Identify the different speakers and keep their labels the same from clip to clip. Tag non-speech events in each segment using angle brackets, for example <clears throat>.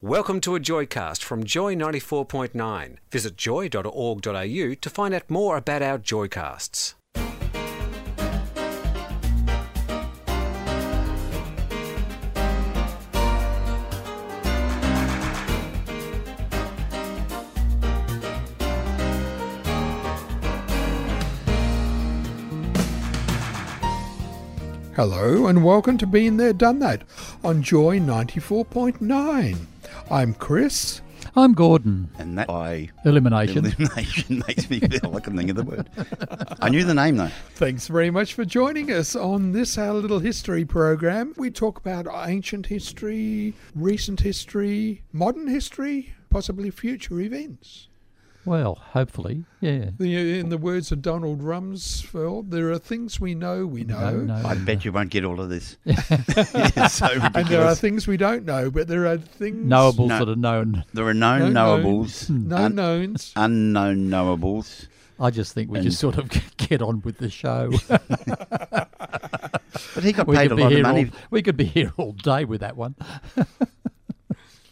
Speaker 1: Welcome to a Joycast from Joy 94.9. Visit joy.org.au to find out more about our Joycasts.
Speaker 2: Hello and welcome to Been There Done That on Joy 94.9. I'm Chris.
Speaker 3: I'm Gordon.
Speaker 4: And that <laughs> by
Speaker 3: Elimination.
Speaker 4: elimination makes me feel like I'm thinking of the word. I knew the name though.
Speaker 2: Thanks very much for joining us on this our little history program. We talk about ancient history, recent history, modern history, possibly future events.
Speaker 3: Well, hopefully, yeah.
Speaker 2: The, in the words of Donald Rumsfeld, there are things we know we know.
Speaker 4: Oh. I bet you won't get all of this. <laughs> it's so
Speaker 2: And there are
Speaker 4: ridiculous.
Speaker 2: things we don't know, but there are things
Speaker 3: Knowables
Speaker 4: No.
Speaker 3: that are known.
Speaker 4: There are known
Speaker 2: No
Speaker 4: knowables,
Speaker 2: no knowns.
Speaker 4: unknown knowables.
Speaker 3: I just think we
Speaker 4: And-
Speaker 3: just sort of <laughs> get on with the
Speaker 4: <laughs>
Speaker 3: show.
Speaker 4: But he got
Speaker 3: we,
Speaker 4: paid
Speaker 3: could
Speaker 4: a
Speaker 3: be
Speaker 4: lot of
Speaker 3: here all,
Speaker 4: money,
Speaker 3: we could be here all day with that one.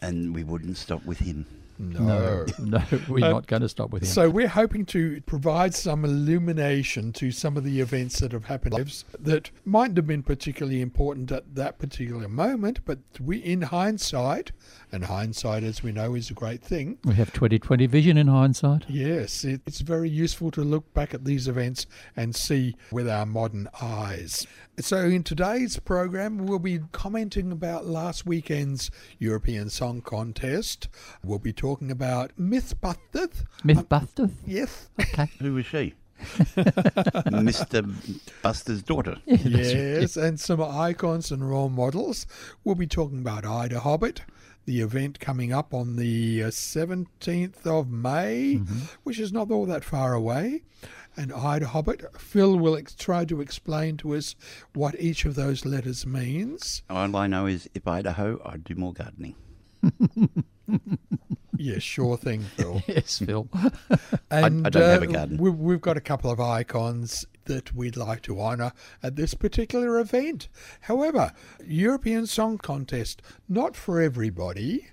Speaker 4: and we wouldn't stop with him. Oh.
Speaker 2: no.
Speaker 3: No, we're
Speaker 4: Um,
Speaker 3: not going to stop with him.
Speaker 2: So we're hoping to provide some illumination to some of the events that have happened lives that mightn't have been particularly important at that particular moment, but we, in hindsight, and hindsight, as we know, is a great thing.
Speaker 3: we have 2020 vision in hindsight.
Speaker 2: Yes, it- it's very useful to look back at these events and see with our modern eyes. So, in today's program, we'll be commenting about last weekend's European Song Contest. We'll be talking about Mythbusters.
Speaker 4: <laughs>
Speaker 3: Mythbusters.
Speaker 2: Yes,
Speaker 4: Who was <laughs> she? Mr. Buster's daughter. <laughs>
Speaker 2: Yes, and some icons and role models. We'll be talking about Ida Hobbit, the event coming up on the uh, 17th of May,
Speaker 4: Mm-hmm.
Speaker 2: which is not all that far away. And Ida Hobbit, Phil will ex- try to explain to us what each of those letters means.
Speaker 4: All I know is if Idaho, I'd do more gardening.
Speaker 2: Yes, sure
Speaker 4: <laughs>
Speaker 2: thing, Phil.
Speaker 3: Yes, Phil.
Speaker 2: And
Speaker 4: I don't have a garden.
Speaker 2: We, we've got a couple of icons that we'd like to honour at this particular event. However, European Song Contest, not for everybody.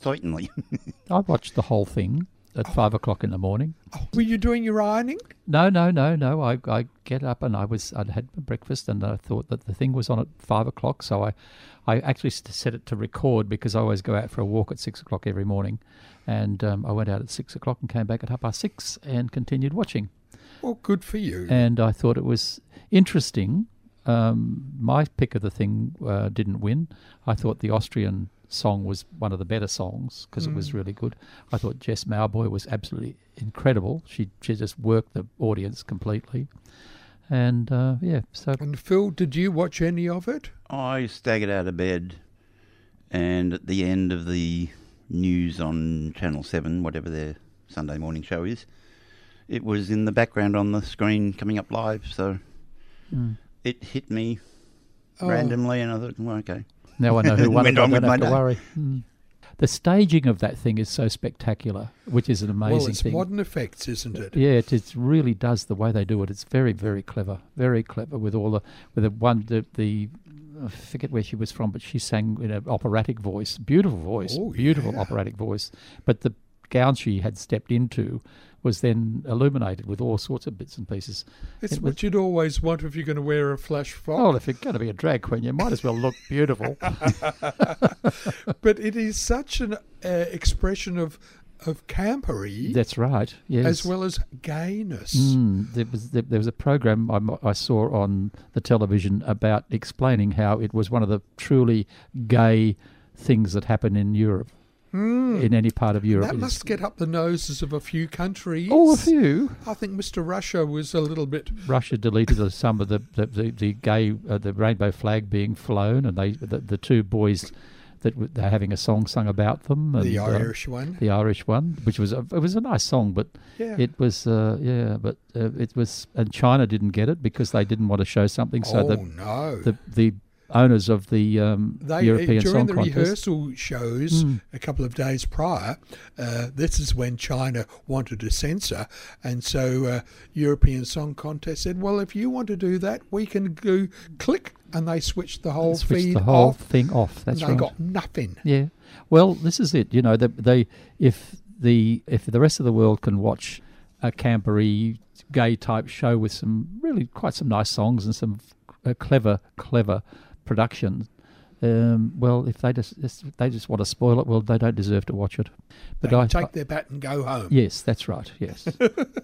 Speaker 4: Certainly. <laughs>
Speaker 3: I watched the whole thing at five o'clock in the morning.
Speaker 2: Were you doing your ironing?
Speaker 3: No, no, no, no. I, I get up and I was I'd had my breakfast and I thought that the thing was on at five o'clock, so I, I actually s- set it to record because I always go out for a walk at six o'clock every morning, and um, I went out at six o'clock and came back at half past six and continued watching,
Speaker 2: Well, good for you.
Speaker 3: and I thought it was interesting. Um, my pick of the thing uh, didn't win. I thought the Austrian song was one of the better songs because it
Speaker 4: Mm.
Speaker 3: was really good. I thought Jess Mowboy was absolutely incredible. She she just worked the audience completely, and uh, yeah, so
Speaker 2: and Phil, did you watch any of it?
Speaker 4: I staggered out of bed, and at the end of the news on Channel 7, whatever their Sunday morning show is, it was in the background on the screen coming up live, so
Speaker 3: Hmm.
Speaker 4: it hit me
Speaker 2: Oh,
Speaker 3: Oh.
Speaker 4: randomly, and I thought, well, okay.
Speaker 3: now I know
Speaker 4: <laughs>
Speaker 3: who won. it.
Speaker 4: Went
Speaker 3: I
Speaker 4: on
Speaker 3: don't
Speaker 4: with
Speaker 3: have
Speaker 4: my
Speaker 3: to
Speaker 4: day.
Speaker 3: worry. Mm. The staging of that thing is so spectacular, which is an amazing
Speaker 2: Well, it's
Speaker 3: thing.
Speaker 2: modern effects, isn't it?
Speaker 3: Yeah, it, it really does the way they do it. It's very, very clever, very clever with all the with the one the the I forget where she was from, but she sang in an operatic voice, beautiful voice,
Speaker 2: Oh,
Speaker 3: beautiful operatic voice. But the gown she had stepped into was then illuminated with all sorts of bits and pieces.
Speaker 2: It's
Speaker 3: It was-
Speaker 2: what you'd always want if you're going to wear a flash
Speaker 3: Oh,
Speaker 2: fog.
Speaker 3: if you're going to be a drag queen, you might as well look beautiful.
Speaker 2: But it is such an uh, expression of of campery
Speaker 3: That's right. Yes.
Speaker 2: as well as gayness.
Speaker 3: Mm, there was there, there was a program I, m- I saw on the television about explaining how it was one of the truly gay things that happen in Europe, in any part of Europe.
Speaker 2: Hmm. That
Speaker 3: It
Speaker 2: must
Speaker 3: is-
Speaker 2: get up the noses of a few countries.
Speaker 3: Oh, a few.
Speaker 2: I think Mr. Russia was a little bit.
Speaker 3: Russia deleted some of the the, the, the gay uh, the rainbow flag being flown, and they the, the two boys that w- they're having a song sung about them. And,
Speaker 2: the
Speaker 3: uh,
Speaker 2: Irish one.
Speaker 3: the Irish one, which was a, it was a nice song, but
Speaker 2: Yeah.
Speaker 3: it was uh, yeah, but uh, it was and China didn't get it because they didn't want to show something. So
Speaker 2: oh
Speaker 3: the,
Speaker 2: no!
Speaker 3: the the owners of the um,
Speaker 2: they, uh, eh,
Speaker 3: European
Speaker 2: during
Speaker 3: Song
Speaker 2: the
Speaker 3: Contest. Hmm.
Speaker 2: rehearsal shows a couple of days prior, uh, this is when China wanted to censor, and so uh, European Song Contest said, "Well, if you want to do that, we can go click," and they switched the whole
Speaker 3: switched
Speaker 2: feed
Speaker 3: the whole
Speaker 2: off.
Speaker 3: thing off. That's
Speaker 2: and they
Speaker 3: right.
Speaker 2: got nothing.
Speaker 3: Yeah. Well, this is it. You know, they, they if the if the rest of the world can watch a campery gay type show with some really quite some nice songs and some uh, clever clever production. Um, well, if they just if they just want to spoil it, well, they don't deserve to watch it.
Speaker 2: They
Speaker 3: But I,
Speaker 2: take
Speaker 3: I-
Speaker 2: their bat and go home.
Speaker 3: yes, that's right. Yes,
Speaker 2: <laughs>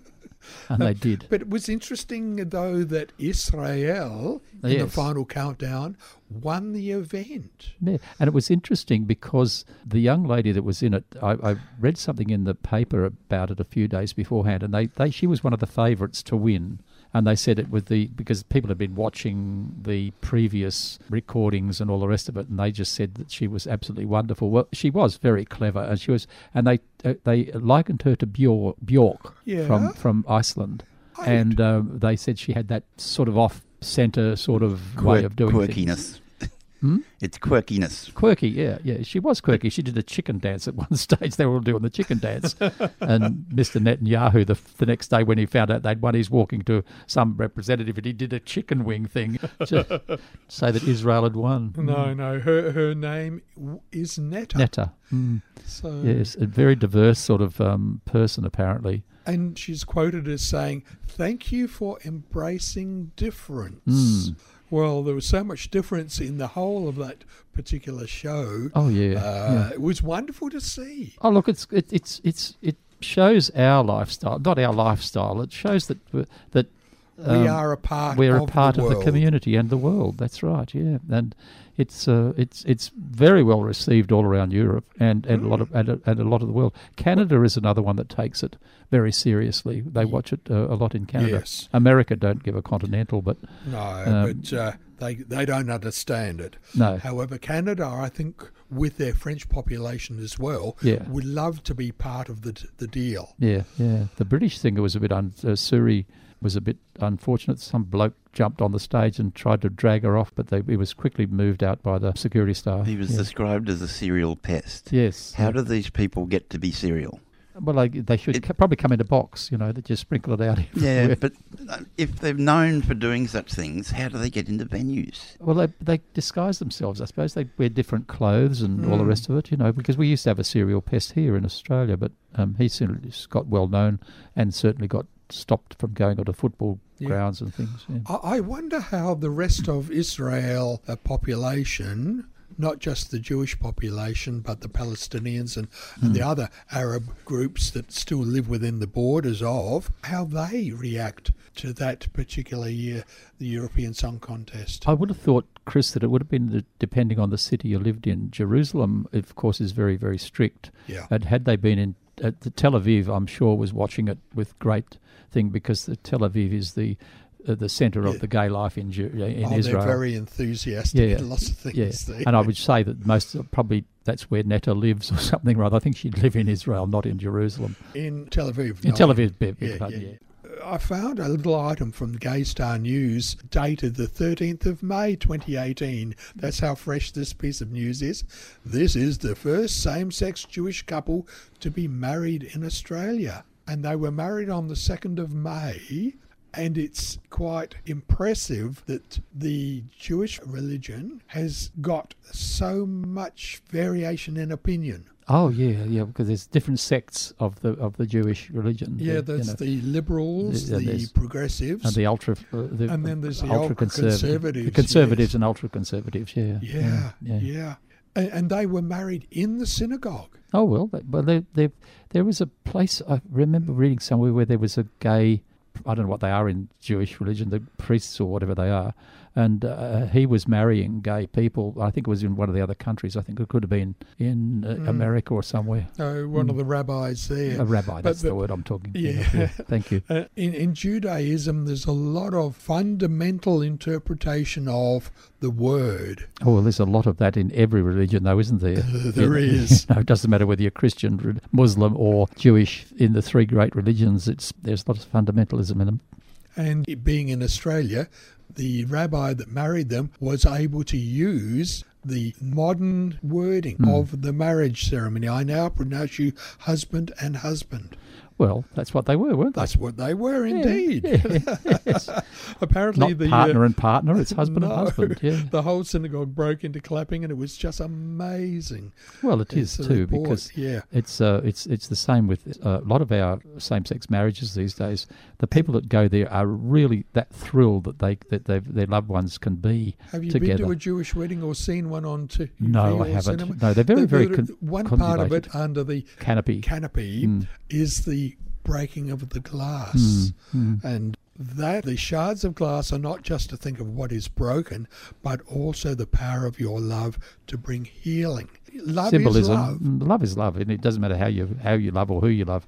Speaker 3: and they did.
Speaker 2: But it was interesting though that Israel in the
Speaker 3: Yes.
Speaker 2: final countdown won the event.
Speaker 3: Yeah. And it was interesting because the young lady that was in it, I, I read something in the paper about it a few days beforehand, and they, they she was one of the favourites to win. And they said it with the because people had been watching the previous recordings and all the rest of it, and they just said that she was absolutely wonderful. Well, she was very clever, and she was, and they uh, they likened her to Bjor- Bjork
Speaker 2: Yeah.
Speaker 3: from from Iceland, and um, they said she had that sort of off centre sort of way
Speaker 4: Quirk-
Speaker 3: of doing things Hmm?
Speaker 4: quirkiness.
Speaker 3: <laughs>
Speaker 4: It's quirkiness.
Speaker 3: quirky yeah yeah she was quirky she did a chicken dance at <laughs> one stage they were all doing the chicken dance
Speaker 2: <laughs>
Speaker 3: and mr netanyahu the, the next day when he found out they'd won he's walking to some representative and he did a chicken wing thing
Speaker 2: <laughs>
Speaker 3: to say that israel had won
Speaker 2: No, no, her her name w- is Netta.
Speaker 3: netta Mm,
Speaker 2: So
Speaker 3: yes a very diverse sort of um, person apparently
Speaker 2: And she's quoted as saying, Thank you for embracing difference.
Speaker 3: Mm.
Speaker 2: Well, there was so much difference in the whole of that particular show.
Speaker 3: oh yeah,
Speaker 2: Uh,
Speaker 3: yeah.
Speaker 2: It was wonderful to see.
Speaker 3: oh look it's it, it's it's it shows our lifestyle not our lifestyle it shows that we're- that
Speaker 2: we
Speaker 3: um,
Speaker 2: are a part
Speaker 3: we're
Speaker 2: of
Speaker 3: a part
Speaker 2: the
Speaker 3: of the
Speaker 2: world.
Speaker 3: community and the world. That's right. Yeah, and it's uh, it's it's very well received all around Europe and, and a lot of
Speaker 2: Mm.
Speaker 3: and a, and a lot of the world. Canada is another one that takes it very seriously. They watch it uh, a lot in Canada.
Speaker 2: Yes.
Speaker 3: America don't give a continental, but
Speaker 2: No,
Speaker 3: Um,
Speaker 2: but uh, they, they don't understand it.
Speaker 3: no.
Speaker 2: However, Canada, I think, with their French population as well,
Speaker 3: Yeah.
Speaker 2: would love to be part of the, the deal.
Speaker 3: Yeah, yeah. The British singer was a bit un- uh, Suri was a bit unfortunate. Some bloke jumped on the stage and tried to drag her off, but they, he was quickly moved out by the security staff.
Speaker 4: He was
Speaker 3: Oh, Yeah.
Speaker 4: described as a serial pest.
Speaker 3: Yes.
Speaker 4: How do these people get to be
Speaker 3: <laughs>
Speaker 4: serial?
Speaker 3: Well, like, they should
Speaker 4: It-
Speaker 3: ca- probably come in a box, you know, that just sprinkle it out. <laughs>
Speaker 4: Yeah,
Speaker 3: everywhere.
Speaker 4: but uh, if they're known for doing such things, how do they get into venues?
Speaker 3: well, they, they disguise themselves, I suppose. They wear different clothes and all
Speaker 4: Hmm.
Speaker 3: the
Speaker 2: Mm.
Speaker 3: rest of it, you know, because we used to have a serial pest here in Australia, but um, he soon just got well known and certainly got stopped from going onto football
Speaker 2: Yeah.
Speaker 3: grounds and things. Yeah.
Speaker 2: I I wonder how the rest of Israel uh, population, not just the Jewish population, but the Palestinians and, and the
Speaker 3: Hmm.
Speaker 2: other Arab groups that still live within the borders of, how they react to that particular year, the European Song Contest.
Speaker 3: I would have thought, Chris, that it would have been the, depending on the city you lived in. Jerusalem, of course, is very, very strict.
Speaker 2: Yeah.
Speaker 3: And had they been in uh, the Tel Aviv, I'm sure was watching it with great thing because the Tel Aviv is the uh, the centre of
Speaker 2: Yeah.
Speaker 3: the gay life in Ju- uh, in
Speaker 2: oh,
Speaker 3: Israel.
Speaker 2: they're very enthusiastic
Speaker 3: Yeah, yeah.
Speaker 2: in lots of
Speaker 3: yeah.
Speaker 2: things. there.
Speaker 3: and I would say that most uh, probably that's where Netta lives <laughs> or something rather. I think she'd live in Israel, not in Jerusalem.
Speaker 2: in Tel Aviv.
Speaker 3: In
Speaker 2: no.
Speaker 3: Tel Aviv, beg
Speaker 2: Yeah,
Speaker 3: pardon,
Speaker 2: yeah.
Speaker 3: yeah.
Speaker 2: I found a little item from Gay Star News dated the 13th of May 2018. That's how fresh this piece of news is. This is the first same sex Jewish couple to be married in Australia. And they were married on the 2nd of May. And it's quite impressive that the Jewish religion has got so much variation in opinion.
Speaker 3: Oh yeah, yeah, because there's different sects of the of the Jewish religion.
Speaker 2: Yeah,
Speaker 3: you
Speaker 2: there's
Speaker 3: know.
Speaker 2: the liberals,
Speaker 3: Yeah,
Speaker 2: the
Speaker 3: there's-
Speaker 2: progressives,
Speaker 3: and the ultra, uh, the
Speaker 2: And then there's the ultra-conservatives,
Speaker 3: ultra-conservative- the conservatives
Speaker 2: yes.
Speaker 3: and ultra conservatives. Yeah,
Speaker 2: Yeah, yeah.
Speaker 3: yeah.
Speaker 2: And, and they were married in the synagogue.
Speaker 3: Oh well, they, well there, there, there was a place I remember reading somewhere where there was a gay. I don't know what they are in Jewish religion, the priests or whatever they are, and uh, he was marrying gay people. I think it was in one of the other countries. I think it could have been in
Speaker 2: Hmm.
Speaker 3: uh, America or somewhere.
Speaker 2: So one
Speaker 3: Mm.
Speaker 2: of the rabbis there.
Speaker 3: A rabbi,
Speaker 2: But
Speaker 3: that's the
Speaker 2: the-
Speaker 3: word I'm talking about.
Speaker 2: Yeah.
Speaker 3: Thank you.
Speaker 2: Uh, in, in Judaism, there's a lot of fundamental interpretation of the word.
Speaker 3: Oh, well, there's a lot of that in every religion, though, isn't there?
Speaker 2: <laughs> There
Speaker 3: <laughs>
Speaker 2: is.
Speaker 3: No, it doesn't matter whether you're Christian, re- Muslim, or Jewish. In the three great religions, it's there's lots of fundamentalism in them.
Speaker 2: And it being in Australia, the rabbi that married them was able to use the modern wording
Speaker 3: Hmm.
Speaker 2: of the marriage ceremony. I now pronounce you husband and husband.
Speaker 3: Well, that's what they were, weren't they?
Speaker 2: That's what they were indeed.
Speaker 3: <laughs> Yes.
Speaker 2: Apparently,
Speaker 3: Not
Speaker 2: the uh,
Speaker 3: partner and partner, Oh, it's
Speaker 2: <laughs>
Speaker 3: husband
Speaker 2: no,
Speaker 3: and husband. Yeah.
Speaker 2: The whole synagogue broke into clapping, and it was just amazing. <laughs>
Speaker 3: Well, it is
Speaker 2: It's a
Speaker 3: too
Speaker 2: report,
Speaker 3: because
Speaker 2: yeah.
Speaker 3: it's uh, it's it's the same with uh, a lot of our same-sex marriages these days. The people that go there are really that thrilled that they that they their loved ones can be
Speaker 2: Have you
Speaker 3: together.
Speaker 2: been to a Jewish wedding or seen one on TV?
Speaker 3: No, I
Speaker 2: or
Speaker 3: haven't.
Speaker 2: cinema?
Speaker 3: No, they're very,
Speaker 2: The-
Speaker 3: very
Speaker 2: the-
Speaker 3: con- Mm.
Speaker 2: one part of it
Speaker 3: conservative.
Speaker 2: under the
Speaker 3: Canopy.
Speaker 2: canopy is the breaking of the glass,
Speaker 3: mm,
Speaker 2: and that the shards of glass are not just to think of what is broken, but also the power of your love to bring healing. Love is
Speaker 3: Symbolism.
Speaker 2: love.
Speaker 3: Mm, love is love, and it doesn't matter how you how you love or who you love.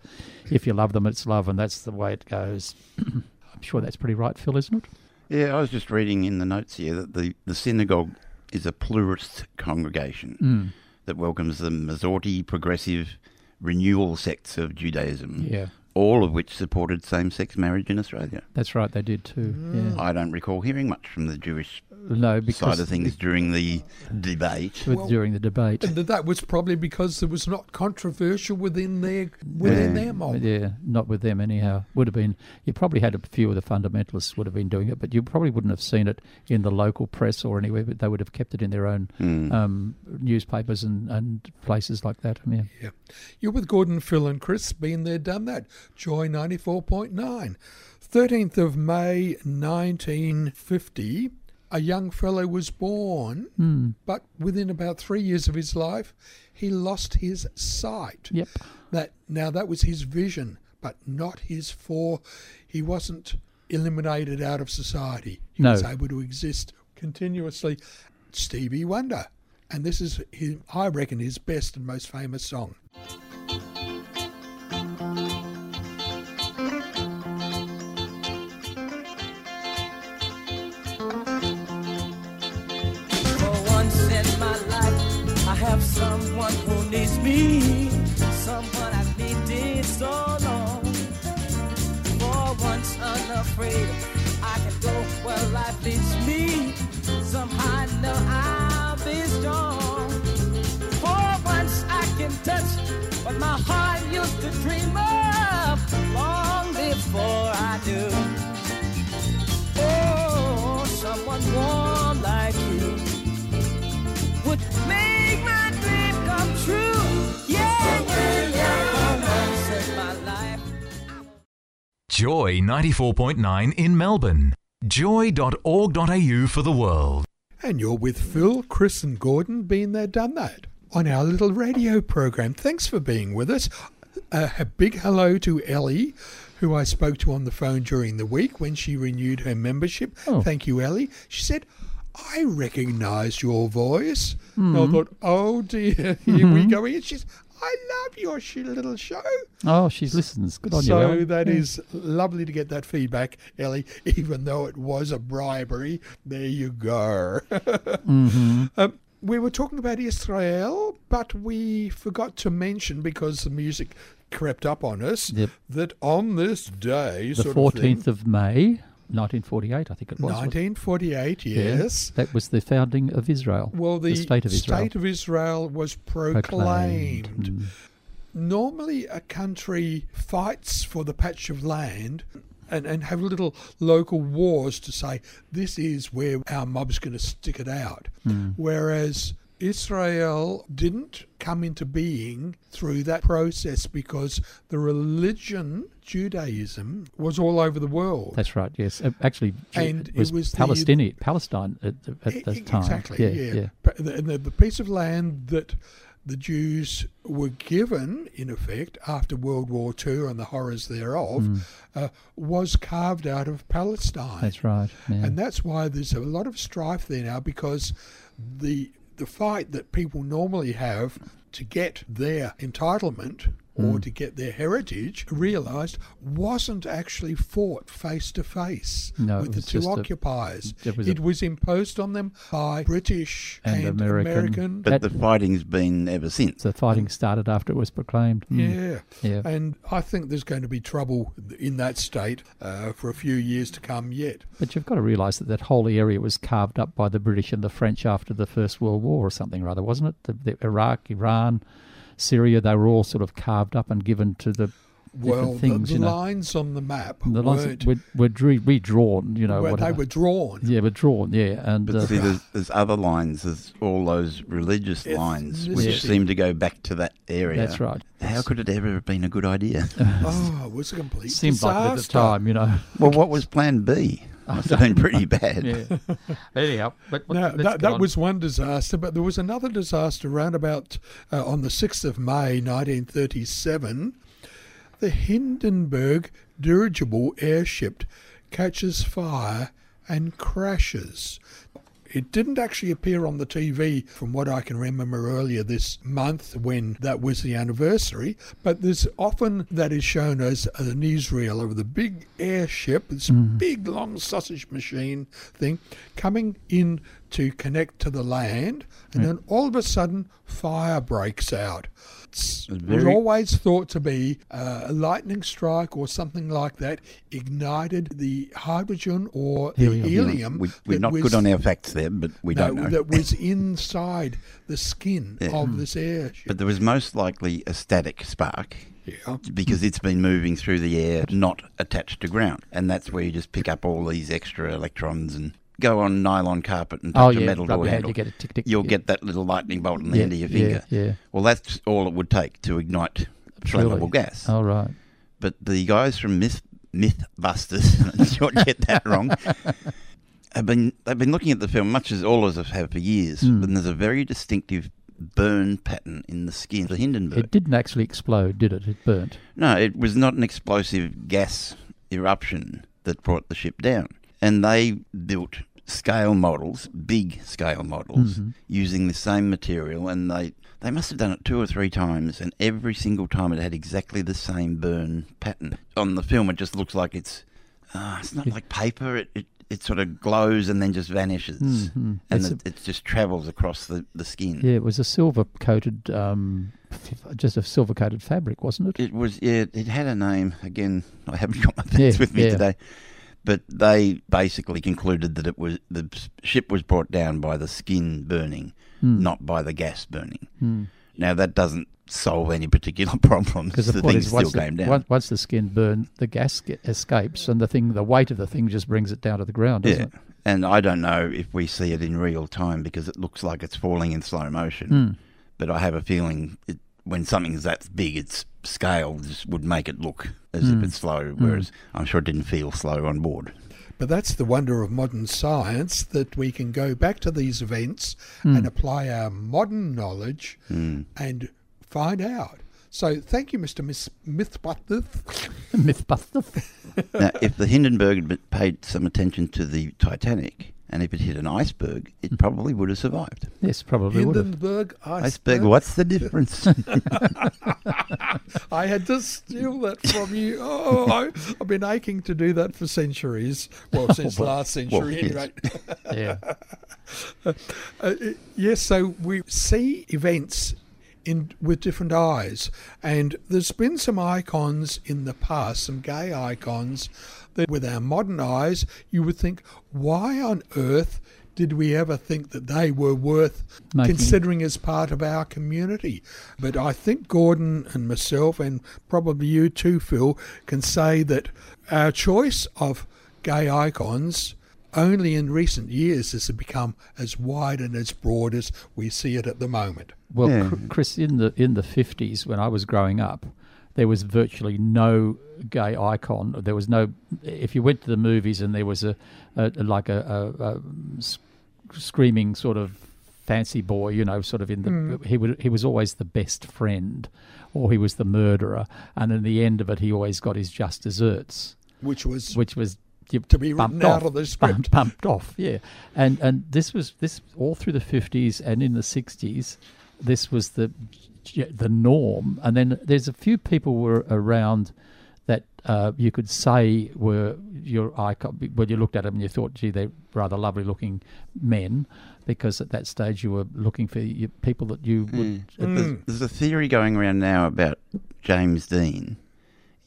Speaker 3: If you love them, it's love, and that's the way it goes. <clears throat> I'm sure that's pretty right, Phil, isn't it?
Speaker 4: Yeah, I was just reading in the notes here that the, the synagogue is a pluralist congregation
Speaker 2: Mm.
Speaker 4: that welcomes the Masorti progressive renewal sects of Judaism,
Speaker 3: Yeah.
Speaker 4: all of which supported same sex marriage in Australia.
Speaker 3: That's right. They did too.
Speaker 2: Mm.
Speaker 3: Yeah.
Speaker 4: I don't recall hearing much from the Jewish
Speaker 3: No, because
Speaker 4: side of things during the debate.
Speaker 3: with- during the debate.
Speaker 2: <coughs> And that was probably because it was not controversial within their within
Speaker 4: Yeah.
Speaker 2: their mold.
Speaker 3: Yeah, not with them anyhow. Would have been you probably had a few of the fundamentalists would have been doing it, but you probably wouldn't have seen it in the local press or anywhere. But they would have kept it in their own
Speaker 4: Mm.
Speaker 3: um, newspapers and, and places like that. Yeah.
Speaker 2: Yeah. You're with Gordon, Phil, and Chris. Been there, done that. Joy 94.9. 13th of May 1950, a young fellow was born, but within about three years of his life, he lost his sight.
Speaker 3: Yep.
Speaker 2: That Now, that was his vision, but not his for. He wasn't eliminated out of society. He
Speaker 3: No.
Speaker 2: was able to exist continuously. Stevie Wonder. And this is, his, I reckon, his best and most famous song.
Speaker 5: For once in my life, I have someone who needs me. Someone I've needed so long. For once unafraid, I can go where life leads me. Somehow I know I'll be strong. For once I can touch what my heart used to dream of long before I knew. Oh, someone warm like you would make my dream come true. Yeah, yeah, yeah. Romance in my life.
Speaker 6: Joy 94.9 in Melbourne. Joy.org.au for the world.
Speaker 2: And you're with Phil, Chris, and Gordon, been there, done that, on our little radio program. Thanks for being with us. Uh, a big hello to Ellie, who I spoke to on the phone during the week when she renewed her membership.
Speaker 3: Oh.
Speaker 2: Thank you, Ellie. She said, I recognised your voice. And I thought, oh dear, <laughs> here we go. And she's, I love your sh- little show.
Speaker 3: Oh, she listens. Good on you.
Speaker 2: so
Speaker 3: Ellen.
Speaker 2: that
Speaker 3: Yeah.
Speaker 2: is lovely to get that feedback, Ellie, <laughs> even though it was a bribery. There you go. <laughs>
Speaker 3: Mm-hmm.
Speaker 2: Um, we were talking about Israel, but we forgot to mention because the music crept up on us
Speaker 3: Yep.
Speaker 2: that on this day,
Speaker 3: the
Speaker 2: sort of thing,
Speaker 3: fourteenth of, May, nineteen forty-eight. I think it was. wasn't it?
Speaker 2: 1948,
Speaker 3: Yeah.
Speaker 2: yes.
Speaker 3: That was the founding of Israel.
Speaker 2: Well, the,
Speaker 3: state of Israel.
Speaker 2: state of Israel was proclaimed.
Speaker 3: Proclaimed. Mm.
Speaker 2: Normally, a country fights for the patch of land and, and have little local wars to say, this is where our mob's going to stick it out.
Speaker 3: Mm.
Speaker 2: Whereas Israel didn't come into being through that process because the religion, Judaism, was all over the world.
Speaker 3: That's right. Yes, Uh, actually, Ju-
Speaker 2: And
Speaker 3: it
Speaker 2: it
Speaker 3: was,
Speaker 2: was the-
Speaker 3: Palestinian, Palestine at, the- at
Speaker 2: E-
Speaker 3: the
Speaker 2: e-
Speaker 3: time.
Speaker 2: Exactly. Yeah. But the, and the, the piece of land that the Jews were given, in effect, after World War II and the horrors thereof, uh, was carved out of Palestine.
Speaker 3: Mm. That's right. Yeah.
Speaker 2: And that's why there's a lot of strife there now because the the fight that people normally have to get their entitlement
Speaker 3: Hmm.
Speaker 2: or to get their heritage realized wasn't actually fought face to face
Speaker 3: No, it
Speaker 2: with the
Speaker 3: was
Speaker 2: two
Speaker 3: just a-
Speaker 2: occupiers.
Speaker 3: it was a-
Speaker 2: it was imposed on them by British
Speaker 3: And
Speaker 2: and,
Speaker 3: American.
Speaker 2: American.
Speaker 3: That-
Speaker 4: But the fighting's been ever since.
Speaker 3: The fighting started after it was proclaimed. Mm.
Speaker 2: Yeah.
Speaker 3: Yeah.
Speaker 2: And I think there's going to be trouble in that state uh, for a few years to come yet.
Speaker 3: But you've got to realise that that whole area was carved up by the British and the French after the First World War or something or other, wasn't it? The, the Iraq, Iran, Syria, they were all sort of carved up and given to the
Speaker 2: Well,
Speaker 3: different things,
Speaker 2: the,
Speaker 3: you
Speaker 2: the
Speaker 3: know.
Speaker 2: lines on the map
Speaker 3: the
Speaker 2: weren't,
Speaker 3: lines were, were drew, redrawn, you know.
Speaker 2: where they
Speaker 3: whatever.
Speaker 2: were drawn.
Speaker 3: yeah, were drawn, yeah. And
Speaker 4: But
Speaker 3: uh,
Speaker 4: see, there's, there's other lines. There's all those religious lines which
Speaker 2: Ethnicity.
Speaker 4: seem to go back to that area.
Speaker 3: that's right.
Speaker 4: How could it ever have been a good idea?
Speaker 2: Oh, it was a complete
Speaker 3: It seemed
Speaker 2: disaster.
Speaker 3: like it at the time, you know.
Speaker 4: well, what was Plan
Speaker 3: <laughs>
Speaker 4: B? Must have been pretty bad.
Speaker 3: Yeah. <laughs> Anyhow, but
Speaker 2: No,
Speaker 3: let's
Speaker 2: that,
Speaker 3: go
Speaker 2: that
Speaker 3: on.
Speaker 2: was one disaster, but there was another disaster around about uh, on the 6th of May 1937. The Hindenburg dirigible airship catches fire and crashes. It didn't actually appear on the TV from what I can remember earlier this month when that was the anniversary, but there's often that is shown as an Israel of the big airship, this big long sausage machine thing coming in to connect to the land, and then all of a sudden fire breaks out. It's
Speaker 4: Very-
Speaker 2: was always thought to be uh, a lightning strike or something like that ignited the hydrogen or the helium.
Speaker 4: Um, We, we're
Speaker 2: that
Speaker 4: not
Speaker 2: was-
Speaker 4: good on our facts there, but we
Speaker 2: no,
Speaker 4: don't know. Mm.
Speaker 2: that was inside the skin of this airship.
Speaker 4: but there was most likely a static spark
Speaker 2: yeah.
Speaker 4: because it's been moving through the air, not attached to ground. And that's where you just pick up all these extra electrons and go on nylon carpet and touch
Speaker 3: Oh,
Speaker 4: a
Speaker 3: yeah,
Speaker 4: metal
Speaker 3: rub
Speaker 4: door
Speaker 3: your hand,
Speaker 4: handle.
Speaker 3: you get a tick, tick,
Speaker 4: You'll
Speaker 3: yeah.
Speaker 4: get that little lightning bolt on the
Speaker 3: Yeah,
Speaker 4: end of your
Speaker 3: yeah,
Speaker 4: finger.
Speaker 3: yeah.
Speaker 4: Well, that's all it would take to ignite flammable
Speaker 3: Really?
Speaker 4: gas.
Speaker 3: Oh, right.
Speaker 4: but the guys from Myth Mythbusters, <laughs> don't get that wrong. Have been they've been looking at the film much as all of us have for years, and there's a very distinctive burn pattern in the skin of the Hindenburg.
Speaker 3: It didn't actually explode, did it? It burnt.
Speaker 4: no, it was not an explosive gas eruption that brought the ship down, and they built scale models, big scale models, using the same material, and they. They must have done it two or three times, and every single time it had exactly the same burn pattern. On the film, it just looks like it's Ah, it's not like paper. It, it it sort of glows and then just vanishes, Mm. and
Speaker 3: Hmm. It's
Speaker 4: it, it just travels across the, the skin.
Speaker 3: Yeah, it was a silver coated, um, f- just a silver coated fabric, wasn't it?
Speaker 4: It was yeah. It had a name again. I haven't got my things
Speaker 3: Yeah,
Speaker 4: with me
Speaker 3: yeah.
Speaker 4: today, but they basically concluded that it was the s- ship was brought down by the skin burning,
Speaker 3: Hmm.
Speaker 4: not by the gas burning. Now that doesn't solve any particular <laughs> problems.
Speaker 3: Because the,
Speaker 4: the
Speaker 3: point
Speaker 4: thing
Speaker 3: is,
Speaker 4: still
Speaker 3: once
Speaker 4: came
Speaker 3: the,
Speaker 4: down.
Speaker 3: on- once the skin burned, the gas ge- escapes, and the thing, the weight of the thing, just brings it down to the ground, doesn't
Speaker 4: Yeah.
Speaker 3: it?
Speaker 4: And I don't know if we see it in real time because it looks like it's falling in slow motion. But I have a feeling it, when something's that big, its scale just would make it look as if it's slow, whereas I'm sure it didn't feel slow on board.
Speaker 2: But that's the wonder of modern science that we can go back to these events
Speaker 4: Hmm.
Speaker 2: and apply our modern knowledge and find out. So thank you, Mr. Miss Mythbusters.
Speaker 3: <laughs> Mythbuster.
Speaker 4: now, if the Hindenburg had been- paid some attention to the Titanic and if it hit an iceberg, it probably would have survived.
Speaker 3: Yes, probably would have.
Speaker 2: Hindenburg iceberg.
Speaker 4: Iceberg, what's the difference?
Speaker 2: I had to steal that from you. Oh, I, I've been aching to do that for centuries. Well, since last century,
Speaker 4: well, yes.
Speaker 2: anyway.
Speaker 3: Yeah.
Speaker 2: Uh, it- yes, so we see events in with different eyes, and there's been some icons in the past, some gay icons that, with our modern eyes, you would think, why on earth did we ever think that they were worth
Speaker 3: Making-
Speaker 2: considering as part of our community? But I think Gordon and myself, and probably you too, Phil, can say that our choice of gay icons only in recent years has it become as wide and as broad as we see it at the moment.
Speaker 3: Well,
Speaker 4: Yeah.
Speaker 3: Chr- Chris, in the in the fifties when I was growing up, there was virtually no gay icon. There was no. If you went to the movies and there was a, a like a, a, a s- screaming sort of fancy boy, you know, sort of in the he would he was always the best friend, or he was the murderer, and in the end of it, he always got his just desserts
Speaker 2: which was
Speaker 3: which was you
Speaker 2: To be
Speaker 3: bumped
Speaker 2: written out
Speaker 3: off,
Speaker 2: of the
Speaker 3: bum-
Speaker 2: script.
Speaker 3: bumped off, yeah. And and this was this all through the fifties and in the sixties, this was the the norm. And then there's a few people were around that uh, you could say were your icon. Well, you looked at them and you thought, gee, they're rather lovely looking men, because at that stage you were looking for your people that you would.
Speaker 4: There's, there's a theory going around now about James Dean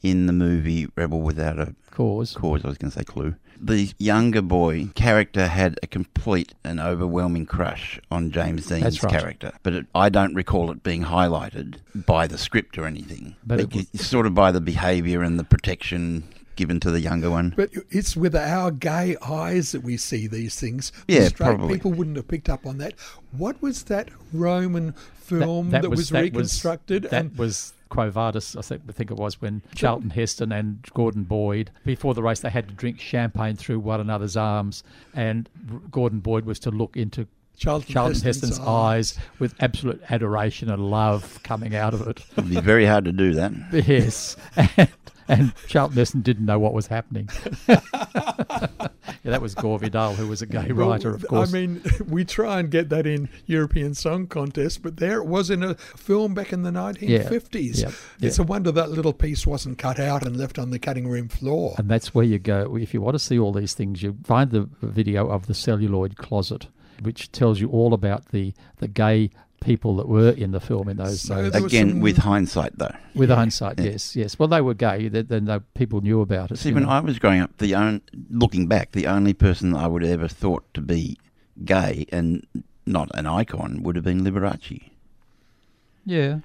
Speaker 4: in the movie Rebel Without a
Speaker 3: Cause
Speaker 4: Cause. I was going to say Clue. The younger boy character had a complete and overwhelming crush on James Dean's
Speaker 3: That's right.
Speaker 4: character, but it, I don't recall it being highlighted by the script or anything.
Speaker 3: But it
Speaker 4: It- it's sort of by the behaviour and the protection given to the younger one.
Speaker 2: But it's with our gay eyes that we see these things.
Speaker 4: Yeah,
Speaker 2: the straight
Speaker 4: probably.
Speaker 2: people wouldn't have picked up on that. What was that Roman film that, was, reconstructed?
Speaker 3: that
Speaker 2: and
Speaker 3: was Quo Vadis, I think, I think it was, when Charlton Heston and Gordon Boyd, before the race, they had to drink champagne through one another's arms, and R- Gordon Boyd was to look into
Speaker 2: Charlton
Speaker 3: Charlton
Speaker 2: Heston's
Speaker 3: Heston's eyes with absolute adoration and love coming out of it. <laughs>
Speaker 4: It'd be very hard to do that.
Speaker 3: Yes. <laughs> And, and Charlton Heston didn't know what was happening. <laughs> yeah, that was Gore Vidal, who was a gay
Speaker 2: Well,
Speaker 3: writer, of course.
Speaker 2: I mean, <laughs> we try and get that in European Song Contest, but there it was in a film back in the 1950s.
Speaker 3: yep,
Speaker 2: It's
Speaker 3: yeah.
Speaker 2: a wonder that little piece wasn't cut out and left on the cutting room floor.
Speaker 3: And that's where you go. If you want to see all these things, you find the video of the celluloid closet, which tells you all about the, the gay people that were in the film in those
Speaker 2: So
Speaker 3: days.
Speaker 2: There was
Speaker 4: Again,
Speaker 2: some-
Speaker 4: with hindsight, though.
Speaker 3: With hindsight, yes, yes. Well, they were gay. th- Then the people knew about it.
Speaker 4: See,
Speaker 3: you
Speaker 4: when
Speaker 3: know.
Speaker 4: I was growing up, the only, looking back, the only person I would ever thought to be gay and not an icon would have been Liberace.
Speaker 3: yeah.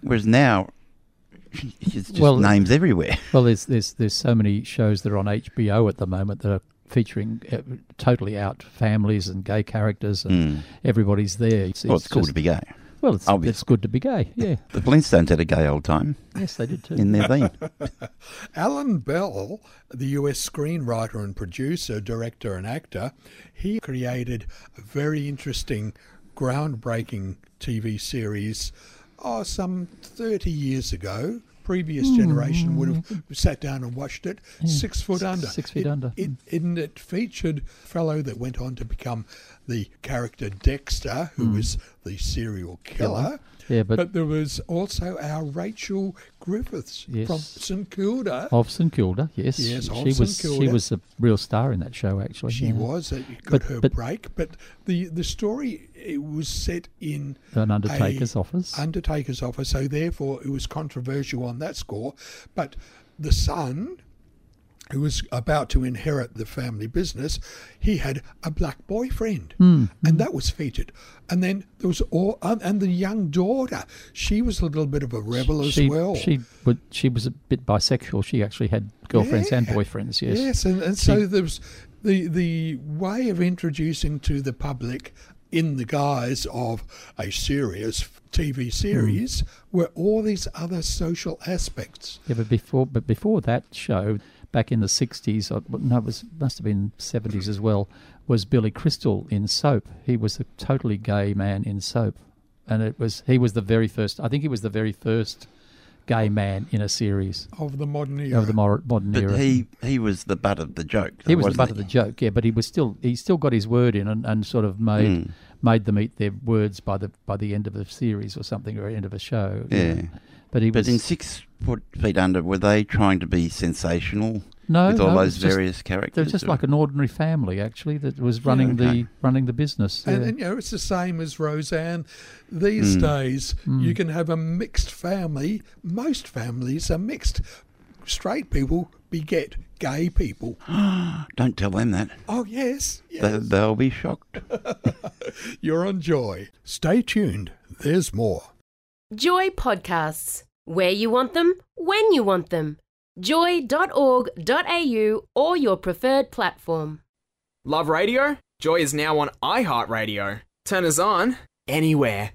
Speaker 4: Whereas now, <laughs> it's just
Speaker 3: Well-
Speaker 4: names
Speaker 3: <laughs>
Speaker 4: everywhere.
Speaker 3: Well, there's there's there's so many shows that are on HBO at the moment that are featuring uh, totally out families and gay characters, and everybody's there. Hmm. It's,
Speaker 4: Mm. well, it's cool
Speaker 3: just-
Speaker 4: to be gay.
Speaker 3: Well, it's,
Speaker 4: obvious.
Speaker 3: it's good to be gay. Yeah.
Speaker 4: The Flintstones had a gay old time
Speaker 3: yes, they did too. <laughs>
Speaker 4: in their vein.
Speaker 2: Alan Bell, the US screenwriter and producer, director, and actor, he created a very interesting, groundbreaking TV series oh, some 30 years ago. Previous
Speaker 3: Hmm.
Speaker 2: generation would have sat down and watched it. Six foot under.
Speaker 3: Six Feet
Speaker 2: It-
Speaker 3: Under. Hmm.
Speaker 2: It, and it featured a fellow that went on to become the character Dexter, who
Speaker 3: Hmm.
Speaker 2: was the serial killer.
Speaker 3: Yeah, but-
Speaker 2: there was also our Rachel Griffiths from
Speaker 3: Yes.
Speaker 2: St Kilda.
Speaker 3: Of St Kilda, yes.
Speaker 2: Yes,
Speaker 3: she
Speaker 2: of St
Speaker 3: was she
Speaker 2: Kilda.
Speaker 3: was a real star in that show actually.
Speaker 2: She
Speaker 3: yeah.
Speaker 2: was. It got
Speaker 3: But-
Speaker 2: her
Speaker 3: but-
Speaker 2: break, but the the story it was set in
Speaker 3: An
Speaker 2: a
Speaker 3: undertaker's office.
Speaker 2: Undertaker's office. So therefore, it was controversial on that score. But the son, who was about to inherit the family business, he had a black boyfriend,
Speaker 3: Hmm,
Speaker 2: and that was featured. And then there was all and and the young daughter. She was a little bit of a rebel as
Speaker 3: she,
Speaker 2: well.
Speaker 3: she would, she was a bit bisexual. She actually had girlfriends and
Speaker 2: Yeah.
Speaker 3: boyfriends, yes.
Speaker 2: Yes, and, and so there's the the way of introducing to the public in the guise of a serious TV series
Speaker 3: Mm.
Speaker 2: were all these other social aspects.
Speaker 3: Yeah, but before but before that show, back in the sixties, uh, no, it was must have been seventies as well. Was Billy Crystal in Soap? He was a totally gay man in Soap, and it was he was the very first. I think he was the very first gay man in a series
Speaker 2: Of the modern era.
Speaker 3: of the mor- modern
Speaker 4: But
Speaker 3: era.
Speaker 4: he, he was the butt of the joke.
Speaker 3: he was the
Speaker 4: wasn't
Speaker 3: butt of the joke, yeah. But he was still he still got his word in and, and sort of made
Speaker 4: Hmm.
Speaker 3: made them eat their words by the by the end of a series or something or end of a show. you
Speaker 4: Yeah.
Speaker 3: know. But he
Speaker 4: But
Speaker 3: was
Speaker 4: in Six Foot Feet Under, were they trying to be sensational
Speaker 3: no,
Speaker 4: with all
Speaker 3: no, it was
Speaker 4: those
Speaker 3: just-
Speaker 4: various characters?
Speaker 3: They were just
Speaker 4: or-
Speaker 3: like an ordinary family actually that was running the
Speaker 4: okay.
Speaker 3: running the business.
Speaker 2: And,
Speaker 3: yeah.
Speaker 2: and you know, it's the same as Roseanne.
Speaker 3: Mm.
Speaker 2: These days, you can have a mixed family. Most families are mixed. Straight people beget gay
Speaker 3: <gasps>
Speaker 2: people.
Speaker 4: <gasps> Don't tell them that.
Speaker 2: Oh, yes. yes.
Speaker 4: They, they'll be shocked.
Speaker 2: You're on Joy. Stay tuned. There's more.
Speaker 7: Joy Podcasts, where you want them, when you want them. joy.org.au or your preferred platform.
Speaker 5: Love radio? Joy is now on iHeartRadio. Turn us on anywhere.